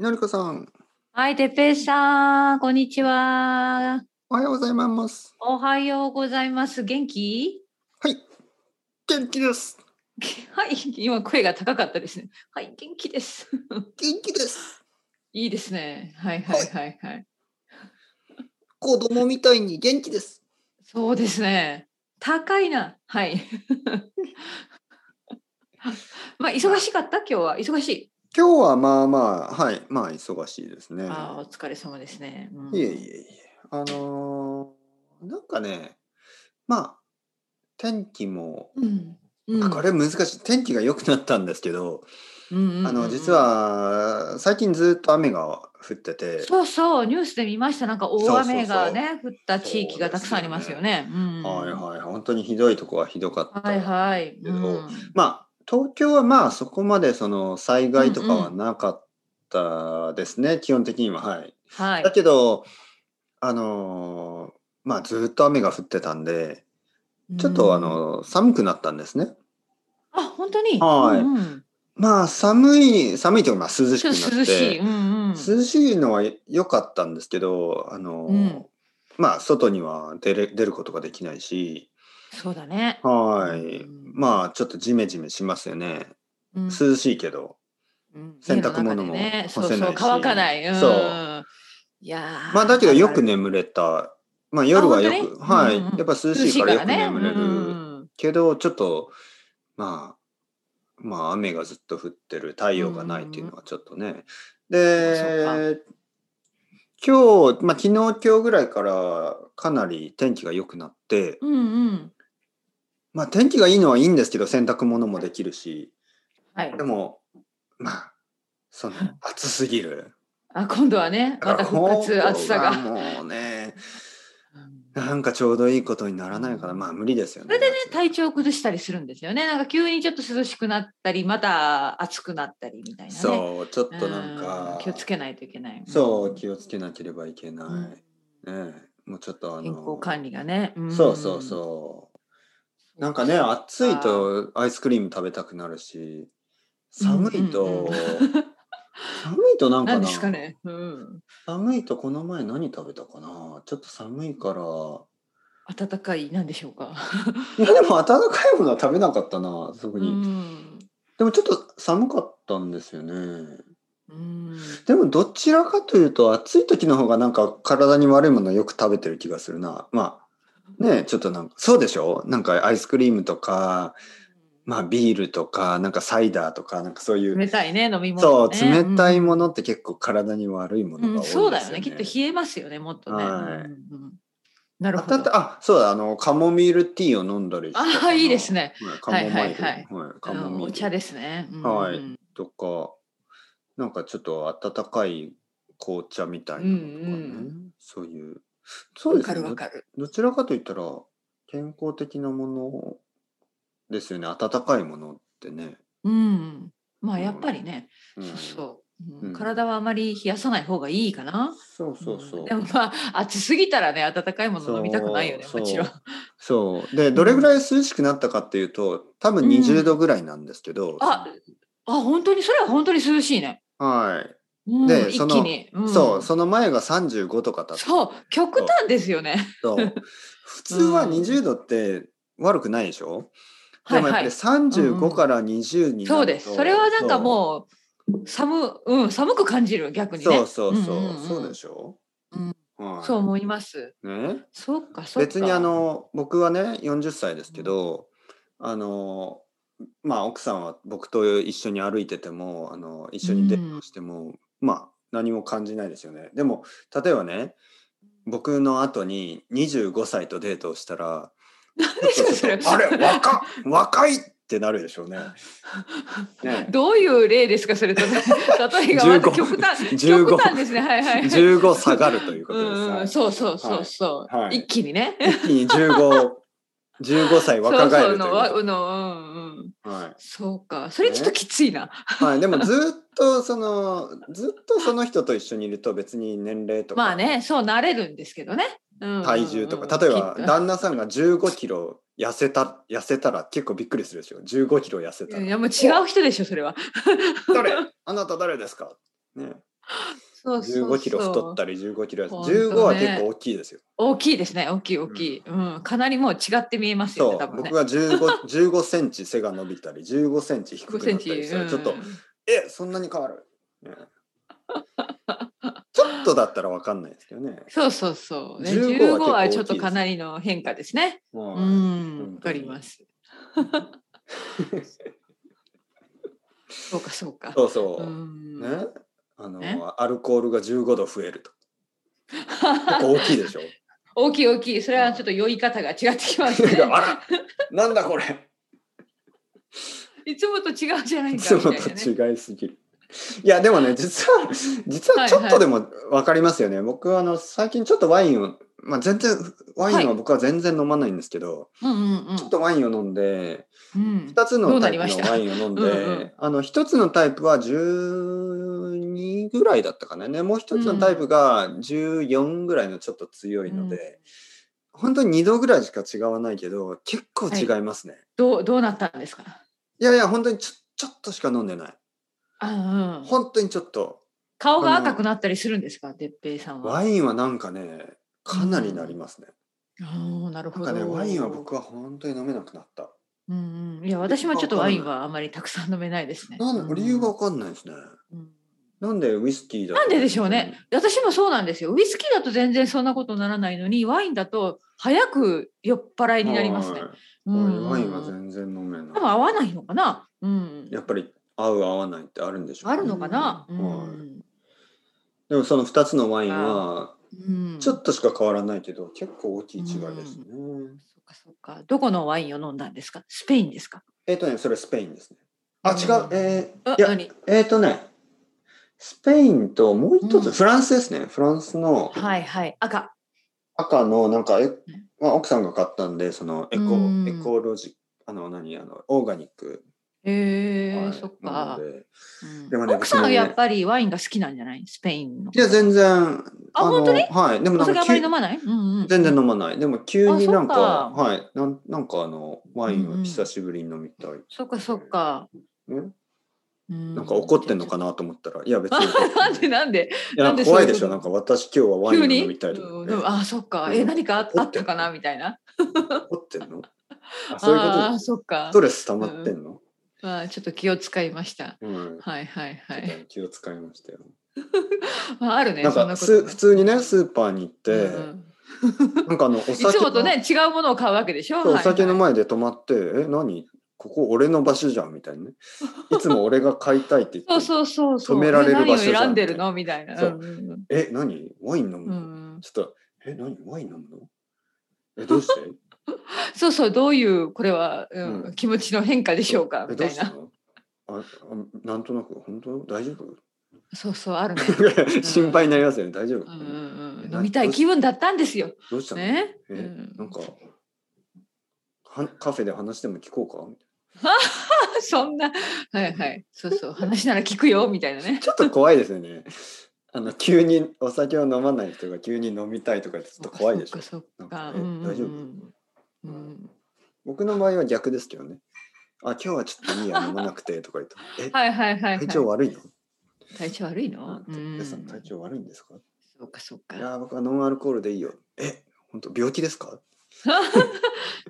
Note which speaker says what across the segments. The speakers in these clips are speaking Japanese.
Speaker 1: のりこさん、
Speaker 2: はい、てっぺいさん、こんにちは。
Speaker 1: おはようございます。
Speaker 2: おはようございます。元気
Speaker 1: はい、元気です。
Speaker 2: はい、今声が高かったですね。はい、元気です。
Speaker 1: 元気です。
Speaker 2: いいですね。はいはいはいはい。
Speaker 1: 子供みたいに元気です。
Speaker 2: そうですね。高いな。はい。 まあ、忙しかった今日は。忙しい。
Speaker 1: 今日はまあまあ、はい、まあ忙しいですね。
Speaker 2: ああ、お疲れ様ですね。うん
Speaker 1: いえいえいえ。あのーなんかね、まあ、天気も、
Speaker 2: うん。うん。
Speaker 1: これ難しい。天気が良くなったんですけど、
Speaker 2: うんうんうんうん
Speaker 1: あの、実。は最近ずっと雨が降ってて、
Speaker 2: そうそう、ニュースで見ました。なんか大雨がね、降った地域がたくさんありますよね。うん
Speaker 1: はいはい、本当にひどいとこはひどかった。
Speaker 2: はいはい。うん
Speaker 1: まあ、東京はまあそこまでその災害とかはなかったですね、基本的には。はい、
Speaker 2: はい
Speaker 1: だ。けど、あのーまあずっと雨が降ってたんで、ちょっとあ
Speaker 2: うん、
Speaker 1: のー寒くなったんですね。
Speaker 2: あ、本当に。
Speaker 1: はい
Speaker 2: うんうん
Speaker 1: まあ寒い、寒いというかまあ涼し
Speaker 2: ち
Speaker 1: く
Speaker 2: ょ
Speaker 1: な
Speaker 2: っ
Speaker 1: っ
Speaker 2: と涼しい。
Speaker 1: て
Speaker 2: う、んうん。
Speaker 1: 涼しいのは良かったんですけど、あのー
Speaker 2: うん
Speaker 1: まあ外には出れ出ることができないし、
Speaker 2: そうだね。
Speaker 1: はい。
Speaker 2: うん
Speaker 1: まあちょっとジメジメしますよね。
Speaker 2: うん
Speaker 1: 涼しいけど。
Speaker 2: うん
Speaker 1: 洗濯物も
Speaker 2: 家の中でね
Speaker 1: 干
Speaker 2: そう
Speaker 1: せないし
Speaker 2: そう、乾かない。うん
Speaker 1: そう
Speaker 2: いやー
Speaker 1: まあだけどよく眠れた。まあ夜はよく、
Speaker 2: あ本当
Speaker 1: は
Speaker 2: に
Speaker 1: い、
Speaker 2: うんうん
Speaker 1: やっぱ涼
Speaker 2: 涼
Speaker 1: し
Speaker 2: し
Speaker 1: い
Speaker 2: い
Speaker 1: か
Speaker 2: からら
Speaker 1: よ
Speaker 2: よ
Speaker 1: く眠
Speaker 2: く眠
Speaker 1: れ
Speaker 2: れ
Speaker 1: る。
Speaker 2: る。
Speaker 1: けどちょっとまあまあ雨がずっと降ってる太陽がないっていうのはちょっとね。で今日、まあ、昨日今日ぐらいからかなり天気が良くなって、
Speaker 2: うんうん。
Speaker 1: まあ天気がいいのはいいんですけど洗濯物もできるし
Speaker 2: はい
Speaker 1: で。もまあその暑すぎる。
Speaker 2: あ、今度はね、また復活暑さ
Speaker 1: だ
Speaker 2: が。
Speaker 1: からもうね
Speaker 2: うん
Speaker 1: なんかちょうどいいことにならないからまあ無理ですよね。
Speaker 2: それでね、
Speaker 1: 夏
Speaker 2: 体調を崩したりするんですよね。なんか急にちょっと涼しくなったり、また暑くなったりみたいなね。
Speaker 1: そう、ちょっとなん
Speaker 2: う
Speaker 1: か
Speaker 2: ん、気をつけないといけない。
Speaker 1: そう、気をつけなければいけない。
Speaker 2: うん
Speaker 1: ねえもうちょっとあの、
Speaker 2: 健康管理がね。ん
Speaker 1: そうそうそう。なんかね、暑いとアイスクリーム食べたくなるし、寒いと、
Speaker 2: うんうんうん
Speaker 1: 寒いとなんか
Speaker 2: な
Speaker 1: な、
Speaker 2: んですかね。うん。
Speaker 1: 寒いとこの前何食べたかな、ちょっと寒い から、
Speaker 2: 暖かいなんでしょうか。
Speaker 1: いやでも暖かいものは食べなかったな、特
Speaker 2: う
Speaker 1: に。
Speaker 2: ん。
Speaker 1: でもちょっと寒かったんですよね。
Speaker 2: うん。
Speaker 1: でもどちらかというと暑い時の方がなんか体に悪いものをよく食べてる気がするな。まあねえちょっとなんかそうでしょなんかアイスクリームとか、まあ、ビールとかなんかサイダーとかなんかそういう、
Speaker 2: 冷たいね飲み
Speaker 1: そ
Speaker 2: 物、
Speaker 1: う
Speaker 2: ね。
Speaker 1: 冷たいも
Speaker 2: の。
Speaker 1: のって結構体に悪いも
Speaker 2: う
Speaker 1: の
Speaker 2: ん
Speaker 1: が多いんです
Speaker 2: そ
Speaker 1: よね。
Speaker 2: うだよね。きっと冷えますよね。もっとね。
Speaker 1: はい
Speaker 2: うんうんなる
Speaker 1: あ
Speaker 2: ほど。
Speaker 1: たたあそうだあのカモミールティーを飲んだりしてたかな
Speaker 2: あいいですね。
Speaker 1: はいカモマイル、
Speaker 2: はいはい
Speaker 1: はい
Speaker 2: あ
Speaker 1: カモミー
Speaker 2: の
Speaker 1: ル
Speaker 2: お茶ですね。うん
Speaker 1: はい
Speaker 2: うん
Speaker 1: とかなんかちょっと温かい紅茶みたいなのとかね、
Speaker 2: うんうん
Speaker 1: そういうそう
Speaker 2: わ
Speaker 1: です
Speaker 2: か
Speaker 1: ね
Speaker 2: るわかる。
Speaker 1: どちらかといったら健康的なものですよね温かいものってね、
Speaker 2: うん。まあやっぱりね。
Speaker 1: うん
Speaker 2: そうそう
Speaker 1: う
Speaker 2: うんん。体はあまり冷やさない方がいいかな。
Speaker 1: そうそうそう、
Speaker 2: んでもまあ暑すぎたらね暖かいもの飲みたくないよね
Speaker 1: そう
Speaker 2: もちろん。
Speaker 1: そうでどれぐらい涼しくなったかっていうと多分20度ぐらいなんですけど、
Speaker 2: ああ本当にそれは本当に涼しいね。
Speaker 1: はい、
Speaker 2: うん、
Speaker 1: で
Speaker 2: 一
Speaker 1: その
Speaker 2: 気に、うん
Speaker 1: そうその前が35とかだった
Speaker 2: そう極端ですよね。
Speaker 1: そう普通は
Speaker 2: うん
Speaker 1: 20度って悪くないでしょ、
Speaker 2: は
Speaker 1: で
Speaker 2: い
Speaker 1: もやっ
Speaker 2: は
Speaker 1: ぱり
Speaker 2: い。うんう
Speaker 1: 35
Speaker 2: ん
Speaker 1: から20になると、
Speaker 2: そうです。それはなんか
Speaker 1: う
Speaker 2: もう寒うん寒く感じる逆にね。
Speaker 1: そうそうそう、
Speaker 2: んんん
Speaker 1: そうでしょ、
Speaker 2: うん
Speaker 1: はい、
Speaker 2: そう思います。
Speaker 1: ね
Speaker 2: そうかそうか。
Speaker 1: 別にあの僕はね40歳ですけど、あのまあ奥さんは僕と一緒に歩いててもあの一緒にデートしても、まあ何も感じないですよねでも例えばね僕の後に25歳とデートをしたら
Speaker 2: ですかそれ
Speaker 1: ちょっとあれ若っ若いってなるでし ょうね。ね
Speaker 2: どういう例ですかそれと 例えがまず極端
Speaker 1: 15
Speaker 2: 極端ですねはいはい。
Speaker 1: 15下がるというこ
Speaker 2: う
Speaker 1: とです
Speaker 2: ん
Speaker 1: は
Speaker 2: う
Speaker 1: い
Speaker 2: ん、。そうそうそうそう、
Speaker 1: はいはい
Speaker 2: 一気にね。
Speaker 1: 一気に15 15歳
Speaker 2: そ
Speaker 1: 若
Speaker 2: う
Speaker 1: 返
Speaker 2: そ
Speaker 1: る
Speaker 2: う
Speaker 1: というこ
Speaker 2: の
Speaker 1: と
Speaker 2: わうのうんうん。
Speaker 1: はい
Speaker 2: そうか、それちょっときついな。
Speaker 1: はい、 でもずっとそのずっとその人と一緒にいると別に年齢とか、
Speaker 2: まあね、そうなれるんですけどね。うんうんうん
Speaker 1: 体重とか例えば
Speaker 2: きっと
Speaker 1: 旦那さんが1 5キロ痩せた痩せたら結構びっくりするでしょ1 5キロ痩せた
Speaker 2: い
Speaker 1: ら
Speaker 2: やもう違う人でしょそれは。
Speaker 1: 「誰あなた誰ですかね」
Speaker 2: そうそうそう
Speaker 1: 15キロ太ったり15キロ痩
Speaker 2: 本
Speaker 1: せ15
Speaker 2: 当
Speaker 1: は
Speaker 2: ね
Speaker 1: 結構大きいですよ。
Speaker 2: 大きいですね大きい大きい、うんかなりもう違って見えますよ
Speaker 1: そ
Speaker 2: ね多
Speaker 1: う、
Speaker 2: 分ね
Speaker 1: 僕が15 15センチ背が伸びたり15センチ低くなったりしたらちょっと、えそんなに変わる、ねちょっとだったらわかんないですけどね。
Speaker 2: そうそうそう、ね、
Speaker 1: 15は結
Speaker 2: 15, はち
Speaker 1: 構
Speaker 2: ょ
Speaker 1: 大
Speaker 2: っ
Speaker 1: きいです
Speaker 2: とかなりの変化ですね。
Speaker 1: もう
Speaker 2: うん、わかります。そうかそうか。
Speaker 1: そうそう。
Speaker 2: うん
Speaker 1: ね、あの、
Speaker 2: ね
Speaker 1: アルコールが15度増え ると。結構大きいでしょ。
Speaker 2: 大きい大きい、それはちょっと酔い方が違ってきますね。
Speaker 1: あら、なんだこれ。
Speaker 2: いつもと違うじゃない
Speaker 1: い
Speaker 2: か
Speaker 1: つ
Speaker 2: み
Speaker 1: もと
Speaker 2: たいなね。
Speaker 1: 違いすぎる。いやでもね実は実はちょっとでも分かりますよね、僕はあの最近ちょっとワインを、まあ、全然ワインは僕は全然飲まないんですけど、
Speaker 2: うんうんうん
Speaker 1: ちょっとワインを飲んで
Speaker 2: うん。
Speaker 1: 2つ
Speaker 2: ど
Speaker 1: の
Speaker 2: う
Speaker 1: タ
Speaker 2: な
Speaker 1: イ
Speaker 2: り
Speaker 1: プ
Speaker 2: ました
Speaker 1: のワインを飲んで
Speaker 2: うんうん
Speaker 1: あの1つのタイプは12ぐらいだったかなねもう1つのタイプが14ぐらいのちょっと強いので、本当に2度ぐらいしか違わないけど結構違いますね、
Speaker 2: どうどうなったんですか。
Speaker 1: い、やいや本当にちょちょっとしか飲んでない
Speaker 2: あうん。
Speaker 1: 本当にちょっと
Speaker 2: 顔が赤くなったりするんですか、哲平さんは。
Speaker 1: ワインはなんかねかなりなりますね、
Speaker 2: ああ、なるほ
Speaker 1: な
Speaker 2: ど。
Speaker 1: んかねワインは僕は本当に飲めなくなった
Speaker 2: うんうん。いや、私もちょっとワインはあまりたくさん飲めないですね。
Speaker 1: なん
Speaker 2: う
Speaker 1: で
Speaker 2: ん
Speaker 1: 理由がわかんないですね
Speaker 2: うん
Speaker 1: なんでウイスキーだと
Speaker 2: なんででしょうね。私もそうなんですよ。ウイスキーだと全然そんなことならないのに、ワインだと早く酔っ払いになりますね
Speaker 1: は。い
Speaker 2: うんうんうん
Speaker 1: ワインは全然飲めな
Speaker 2: 多
Speaker 1: い
Speaker 2: 分合わないのかな。うん。
Speaker 1: やっぱり合う合わないってあるんでしょうね
Speaker 2: あるのかな。う
Speaker 1: はい
Speaker 2: ん。
Speaker 1: でもその2つのワインは
Speaker 2: うん。
Speaker 1: ちょ
Speaker 2: と。
Speaker 1: っとしか変わらないけど結構大きい違いですね、
Speaker 2: そうかそうか。どこのワインを飲んだんですか。スペインですか。
Speaker 1: えっ、とねそれスペインですねあ違う、
Speaker 2: うん
Speaker 1: えー
Speaker 2: あ
Speaker 1: いや
Speaker 2: 何。
Speaker 1: えっ、とねスペインともう一つ、
Speaker 2: うん
Speaker 1: フランスですねフランスの
Speaker 2: はいはい。赤。
Speaker 1: 赤のなんかえ、まあ、奥さんが買ったんでそのエコ、
Speaker 2: うん
Speaker 1: エコロジあの何あのオーガニック、
Speaker 2: へえ
Speaker 1: はい
Speaker 2: そっ
Speaker 1: な
Speaker 2: か
Speaker 1: の。で
Speaker 2: うん
Speaker 1: でもね
Speaker 2: 奥さ
Speaker 1: 私
Speaker 2: ん
Speaker 1: も
Speaker 2: は
Speaker 1: ね
Speaker 2: やっぱりワインが好きなんじゃない。スペインの。
Speaker 1: いや全然
Speaker 2: あ
Speaker 1: の
Speaker 2: 本当に
Speaker 1: はいでも
Speaker 2: お
Speaker 1: なん
Speaker 2: 酒
Speaker 1: か
Speaker 2: あまり
Speaker 1: 急
Speaker 2: 飲まない。うんうん。
Speaker 1: 全然飲まないでも急になんか
Speaker 2: あそっ
Speaker 1: はいなんなんかあのワインを久しぶりに飲みたい、
Speaker 2: そっかそっか。
Speaker 1: ね
Speaker 2: な
Speaker 1: なんか怒ってんのか なと思ったらいや別に
Speaker 2: なんでなんで
Speaker 1: いやな
Speaker 2: な
Speaker 1: ん
Speaker 2: ん
Speaker 1: か
Speaker 2: で
Speaker 1: 怖い
Speaker 2: そういうこと
Speaker 1: でしょなんか私今日はワイン
Speaker 2: 急
Speaker 1: を
Speaker 2: に
Speaker 1: 飲みたいと
Speaker 2: う
Speaker 1: 思っ
Speaker 2: ん
Speaker 1: て
Speaker 2: うんあそっか
Speaker 1: う
Speaker 2: え
Speaker 1: ん
Speaker 2: 何かああったかなみたいな
Speaker 1: 怒ってん のあそういうこと
Speaker 2: ああー
Speaker 1: です
Speaker 2: そっか
Speaker 1: ストレス溜まってんの、
Speaker 2: まあちょっと気を使いました
Speaker 1: うん
Speaker 2: はいはいは
Speaker 1: ちょっと気を
Speaker 2: い
Speaker 1: 使いましたよ
Speaker 2: まああるね
Speaker 1: なん
Speaker 2: そん
Speaker 1: か
Speaker 2: なこ
Speaker 1: す
Speaker 2: と
Speaker 1: 普通にねスーパーに行って、
Speaker 2: うんうん
Speaker 1: なんかあのお
Speaker 2: い
Speaker 1: 酒
Speaker 2: つもとね違うものを買うわけでしょ
Speaker 1: そうお酒の
Speaker 2: はいはい
Speaker 1: 前で泊まって「え何ここ俺の場所じゃん」みたいなねいつも俺が買いたいって言って
Speaker 2: そうそうそうそう
Speaker 1: 止められる場所じゃん
Speaker 2: ね何を選んでるのみたいな
Speaker 1: そう
Speaker 2: うん
Speaker 1: え何ワイン飲む
Speaker 2: う
Speaker 1: の、
Speaker 2: ん
Speaker 1: ちょっと「え何ワイン飲むのえどう して
Speaker 2: そうそうどういうこれはうん
Speaker 1: うん
Speaker 2: 気持ちの変化でしょうか
Speaker 1: え
Speaker 2: み
Speaker 1: ど
Speaker 2: た
Speaker 1: う
Speaker 2: い
Speaker 1: した
Speaker 2: な
Speaker 1: のああなんとなく本当大丈夫
Speaker 2: そうそうある ね
Speaker 1: 心配になりますよね大丈夫、
Speaker 2: うんうんうん
Speaker 1: え
Speaker 2: 飲みたい気分だったんですよ
Speaker 1: どうしたの、
Speaker 2: ね
Speaker 1: え
Speaker 2: うん
Speaker 1: なんかはカフェで話しても聞こうか
Speaker 2: そんな、はいはい、そうそう、話なら聞くよみたいなね。
Speaker 1: ちょっと怖いですよね。 あの急にお酒を飲まない人が急に飲みたいとか ってちょっと怖いでしょ。
Speaker 2: そっ
Speaker 1: なん
Speaker 2: か、
Speaker 1: か
Speaker 2: そっか、
Speaker 1: え
Speaker 2: うん
Speaker 1: 大丈夫
Speaker 2: うんうん。
Speaker 1: 僕の場合は逆ですけどね。あ今日はちょっといいや飲まなくてとか言って。え、
Speaker 2: はいはいはい、はい。
Speaker 1: 体調悪いの？
Speaker 2: 体調悪いの。う
Speaker 1: 皆
Speaker 2: ん。
Speaker 1: さん体調悪いんですか？
Speaker 2: そうかそう
Speaker 1: い
Speaker 2: か。
Speaker 1: や僕はノンアルコールでいいよ。え、本当病気ですか？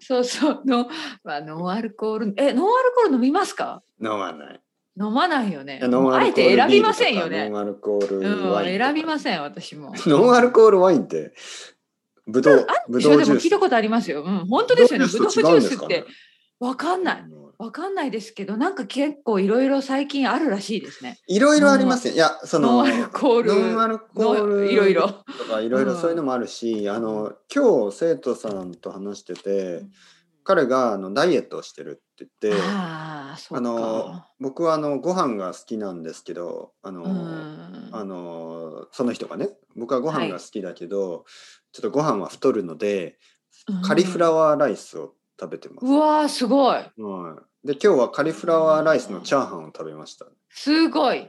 Speaker 2: そうそう、の、まあ、ノンアルコール、え、ノンアルコール飲みますか。
Speaker 1: 飲まない。
Speaker 2: 飲まないよね。
Speaker 1: いやノンア
Speaker 2: あえ
Speaker 1: ルコール
Speaker 2: て選
Speaker 1: ビー
Speaker 2: び
Speaker 1: ル
Speaker 2: ま
Speaker 1: とか
Speaker 2: せんよね
Speaker 1: ノ。ンアルコー
Speaker 2: う
Speaker 1: ル
Speaker 2: ん、
Speaker 1: ワインとか。
Speaker 2: 選びません、私も。
Speaker 1: ノンアルコールワインってブドウブ
Speaker 2: でし
Speaker 1: ド
Speaker 2: ょ
Speaker 1: ウ
Speaker 2: で
Speaker 1: ジ
Speaker 2: も
Speaker 1: ュー
Speaker 2: 聞いた
Speaker 1: ス。
Speaker 2: ことありますよ。うん、本当ですよね。
Speaker 1: ブ
Speaker 2: ブ
Speaker 1: ド
Speaker 2: ド
Speaker 1: ウ
Speaker 2: ウ
Speaker 1: ジ
Speaker 2: ジ
Speaker 1: ュ
Speaker 2: ュ
Speaker 1: ー
Speaker 2: ー
Speaker 1: ス
Speaker 2: ス
Speaker 1: と
Speaker 2: っ
Speaker 1: 違うんで。
Speaker 2: てわかんない。わかんないですけど、なんか結構いろいろ最近あるらしいですね。
Speaker 1: いろいろありますよ。いやその
Speaker 2: ノンアルコール。
Speaker 1: ノンアルコール
Speaker 2: のいろいろ。
Speaker 1: とかいろいろそういうのもあるし、あの今日生徒さんと話してて彼があのダイエットをしてるって言って
Speaker 2: ああ、そうか。
Speaker 1: あの僕はあのご飯が好きなんですけどあの、
Speaker 2: うん
Speaker 1: あのその人がね僕はご飯が好きだけど、ちょっとご飯は太るのでカリフラワーライスを食べてます。
Speaker 2: うんうわー、すごい。
Speaker 1: はい、で今日はカリフラワーライスのチャーハンを食べました。
Speaker 2: すごい。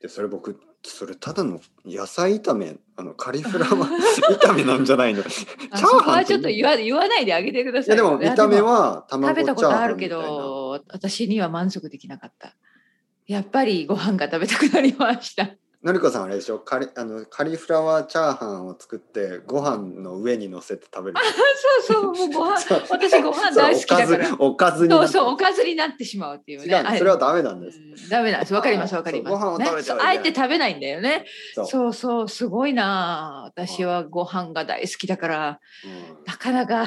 Speaker 1: でそれ僕それただの野菜炒めあのカリフラワ ー炒めなんじゃないのチャ
Speaker 2: あ
Speaker 1: ー
Speaker 2: そこ
Speaker 1: ハン
Speaker 2: はちょっと言わ言わないであげてくだ
Speaker 1: い
Speaker 2: さい
Speaker 1: や
Speaker 2: よ。
Speaker 1: でも見た目は
Speaker 2: いや
Speaker 1: 卵
Speaker 2: 食
Speaker 1: チ
Speaker 2: べ
Speaker 1: ャー
Speaker 2: たことあ
Speaker 1: ハン
Speaker 2: る
Speaker 1: みた
Speaker 2: け
Speaker 1: いな
Speaker 2: ど、私には満足できなかった。やっぱりご飯が食べたくなりました。
Speaker 1: のりこさんあれでしょカリあのカリフラワーチャーハンを作ってご飯の上に乗せて 食べる
Speaker 2: そうそう、もうご飯、
Speaker 1: そう
Speaker 2: 私ご飯大好きだから。
Speaker 1: おかずおかずに
Speaker 2: そ
Speaker 1: な
Speaker 2: う
Speaker 1: って
Speaker 2: そう、おかずになってしまうっていうね。
Speaker 1: 違うの
Speaker 2: あ
Speaker 1: それはダメなんです
Speaker 2: うんダメなんです。わかります、わかります。
Speaker 1: そうご飯を食べてはいけ
Speaker 2: ね、
Speaker 1: ない
Speaker 2: あえて食べないんだよね。
Speaker 1: そう
Speaker 2: そうそう、すごいなあ。私はご飯が大好きだから、
Speaker 1: うん
Speaker 2: なかなか。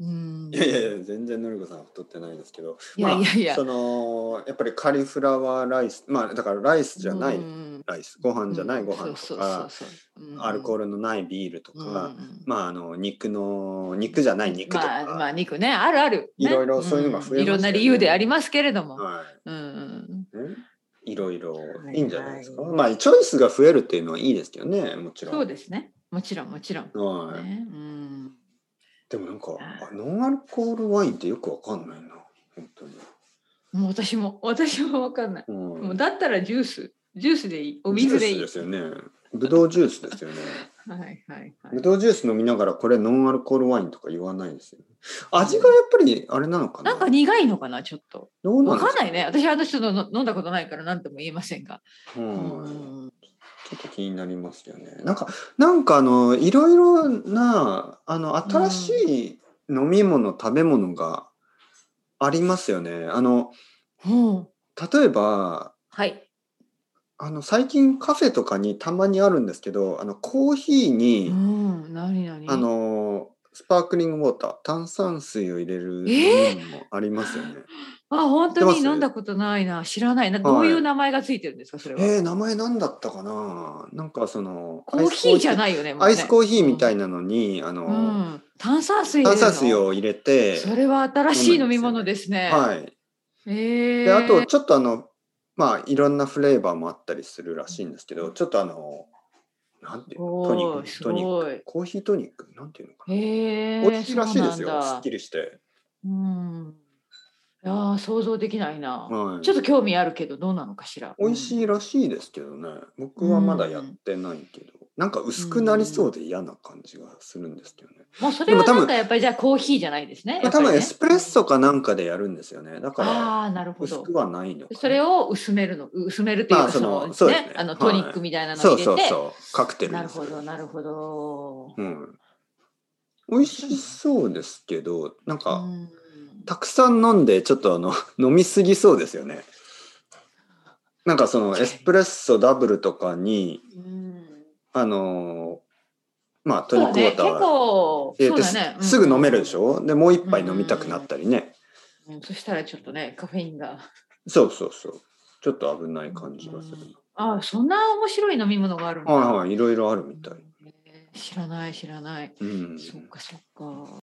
Speaker 2: うん。
Speaker 1: いやいやいや全然のりこさんは太ってないですけど
Speaker 2: いやいやいや
Speaker 1: まあ、そのやっぱりカリフラワーライスまあだからライスじゃない、
Speaker 2: うん
Speaker 1: ライスご飯じゃないご飯
Speaker 2: そ
Speaker 1: と
Speaker 2: うそう
Speaker 1: か
Speaker 2: そうそううん
Speaker 1: アルコールのないビールとか、
Speaker 2: うんうん
Speaker 1: まああの肉の肉じゃない肉とか、
Speaker 2: まあ、まあ、肉ね、あるある。ね
Speaker 1: いろいろそういうのが増えましたよね
Speaker 2: んいろんな理由でありますけれども。
Speaker 1: は
Speaker 2: うんうん
Speaker 1: いんいろいろ
Speaker 2: はい
Speaker 1: いいんじゃないですか、
Speaker 2: はい
Speaker 1: まあチョイスが増えるっていうのはいいですよねもち
Speaker 2: うん。
Speaker 1: ろん
Speaker 2: そうですね。もちろん、もちろん。
Speaker 1: はい、
Speaker 2: ね、うん。
Speaker 1: でもなんかあノンアルコールワインってよくわかんないな本当に、
Speaker 2: もう私も 私もわかんない。
Speaker 1: うん
Speaker 2: もうだったらジュースジュースでいいお水でい
Speaker 1: ジュ
Speaker 2: い。
Speaker 1: ースですよねブドウジュースですよね
Speaker 2: はいはいはい。
Speaker 1: ブドウジュース飲みながらこれノンアルコールワインとか言わないですよね味がやっぱりあれなのかな
Speaker 2: なんか苦いのかなちょっと。
Speaker 1: どうな
Speaker 2: わ
Speaker 1: んです
Speaker 2: かんないね。私は私ちょっとの飲んだことないから何とも言えませんが。う
Speaker 1: はい
Speaker 2: ん
Speaker 1: ちょっと気になりますよね。なんか、なんかあの、いろいろな、あの、新しい飲み物、食べ物がありますよね。あの、
Speaker 2: うん。
Speaker 1: 例えば、
Speaker 2: はい。
Speaker 1: あの、最近カフェとかにたまにあるんですけど、あの、コーヒー
Speaker 2: う
Speaker 1: に、
Speaker 2: ん。何何。
Speaker 1: あの、スパークリングウォーター、炭酸水を入れる
Speaker 2: えー
Speaker 1: 飲み物もありますよね。
Speaker 2: あ本
Speaker 1: 知って
Speaker 2: 当
Speaker 1: ま
Speaker 2: に
Speaker 1: す
Speaker 2: 飲んだことないな知らないな
Speaker 1: はい
Speaker 2: どういう名前がついてるんですかそれは。
Speaker 1: えー、名前なんだったかななんかその、
Speaker 2: コーヒーじゃ
Speaker 1: い
Speaker 2: ないよね。もうね
Speaker 1: アイスコーヒーみたいなのに、あの、
Speaker 2: うん。炭酸水入れ
Speaker 1: 炭
Speaker 2: るの。
Speaker 1: 酸水を入れて、
Speaker 2: それは新しい飲み物ですね。
Speaker 1: はい。
Speaker 2: い。ええ。
Speaker 1: で、あと、ちょっとあの、まあ、いろんなフレーバーもあったりするらしいんですけど、ちょっとあの、なんていうの、トニ
Speaker 2: お
Speaker 1: ッ
Speaker 2: ー
Speaker 1: ク、
Speaker 2: す
Speaker 1: トニッ
Speaker 2: ご
Speaker 1: ク
Speaker 2: い。
Speaker 1: コーヒートニック、なんていうのかな。
Speaker 2: へえ。
Speaker 1: 美味しいらしいです
Speaker 2: そう
Speaker 1: よ。
Speaker 2: なん
Speaker 1: す
Speaker 2: だ
Speaker 1: っきりして。
Speaker 2: うん。いやー想像できないな、
Speaker 1: はい。
Speaker 2: ちょっと興味あるけどどうなのかしら。
Speaker 1: 美味し
Speaker 2: い。
Speaker 1: いらしいですけどね。僕はまだやってないけど、なんか薄くなりそうで嫌な感じがするんですけどね。
Speaker 2: もうそ
Speaker 1: で
Speaker 2: れは
Speaker 1: も多分
Speaker 2: なんかやっぱりじゃあコーヒーじゃないですね。
Speaker 1: まあ、多分エ
Speaker 2: やっぱりね
Speaker 1: スプレッソかなんかでやるんですよね。だから、
Speaker 2: ああなるほ
Speaker 1: 薄
Speaker 2: ど
Speaker 1: く。はないのかな。
Speaker 2: それを薄めるの薄めるというか、
Speaker 1: まあそ
Speaker 2: そ
Speaker 1: の
Speaker 2: の
Speaker 1: そうです
Speaker 2: ね
Speaker 1: ね
Speaker 2: あの
Speaker 1: はい
Speaker 2: トニックみたいなの
Speaker 1: そ
Speaker 2: を入れ
Speaker 1: うそう
Speaker 2: て。
Speaker 1: そう。カクテル
Speaker 2: な
Speaker 1: に
Speaker 2: る
Speaker 1: す
Speaker 2: ほどなるほど。
Speaker 1: うん、美味しそうですけどなんか、
Speaker 2: うん
Speaker 1: たくさん飲んでちょっとあの 飲みすぎそうですよねなんかその
Speaker 2: 確か
Speaker 1: エ
Speaker 2: に
Speaker 1: スプレッソダブルとかに
Speaker 2: うん
Speaker 1: あのーまあトニ
Speaker 2: そ
Speaker 1: ッ
Speaker 2: う
Speaker 1: クウォータ
Speaker 2: ね結
Speaker 1: ー
Speaker 2: 構
Speaker 1: 入れ
Speaker 2: そう
Speaker 1: て
Speaker 2: だ
Speaker 1: す,、
Speaker 2: ね。うん
Speaker 1: ぐ飲めるでしょでもう一杯飲みたくなったりね、
Speaker 2: うんそしたらちょっとねカフェインが。
Speaker 1: そうそうそうちょっと危ない感じがする、
Speaker 2: ああそんな面白い飲み物があるんだ。
Speaker 1: はいはいいろいろあるみたい、
Speaker 2: へー知らない知らない。
Speaker 1: うん、
Speaker 2: そっかそっか。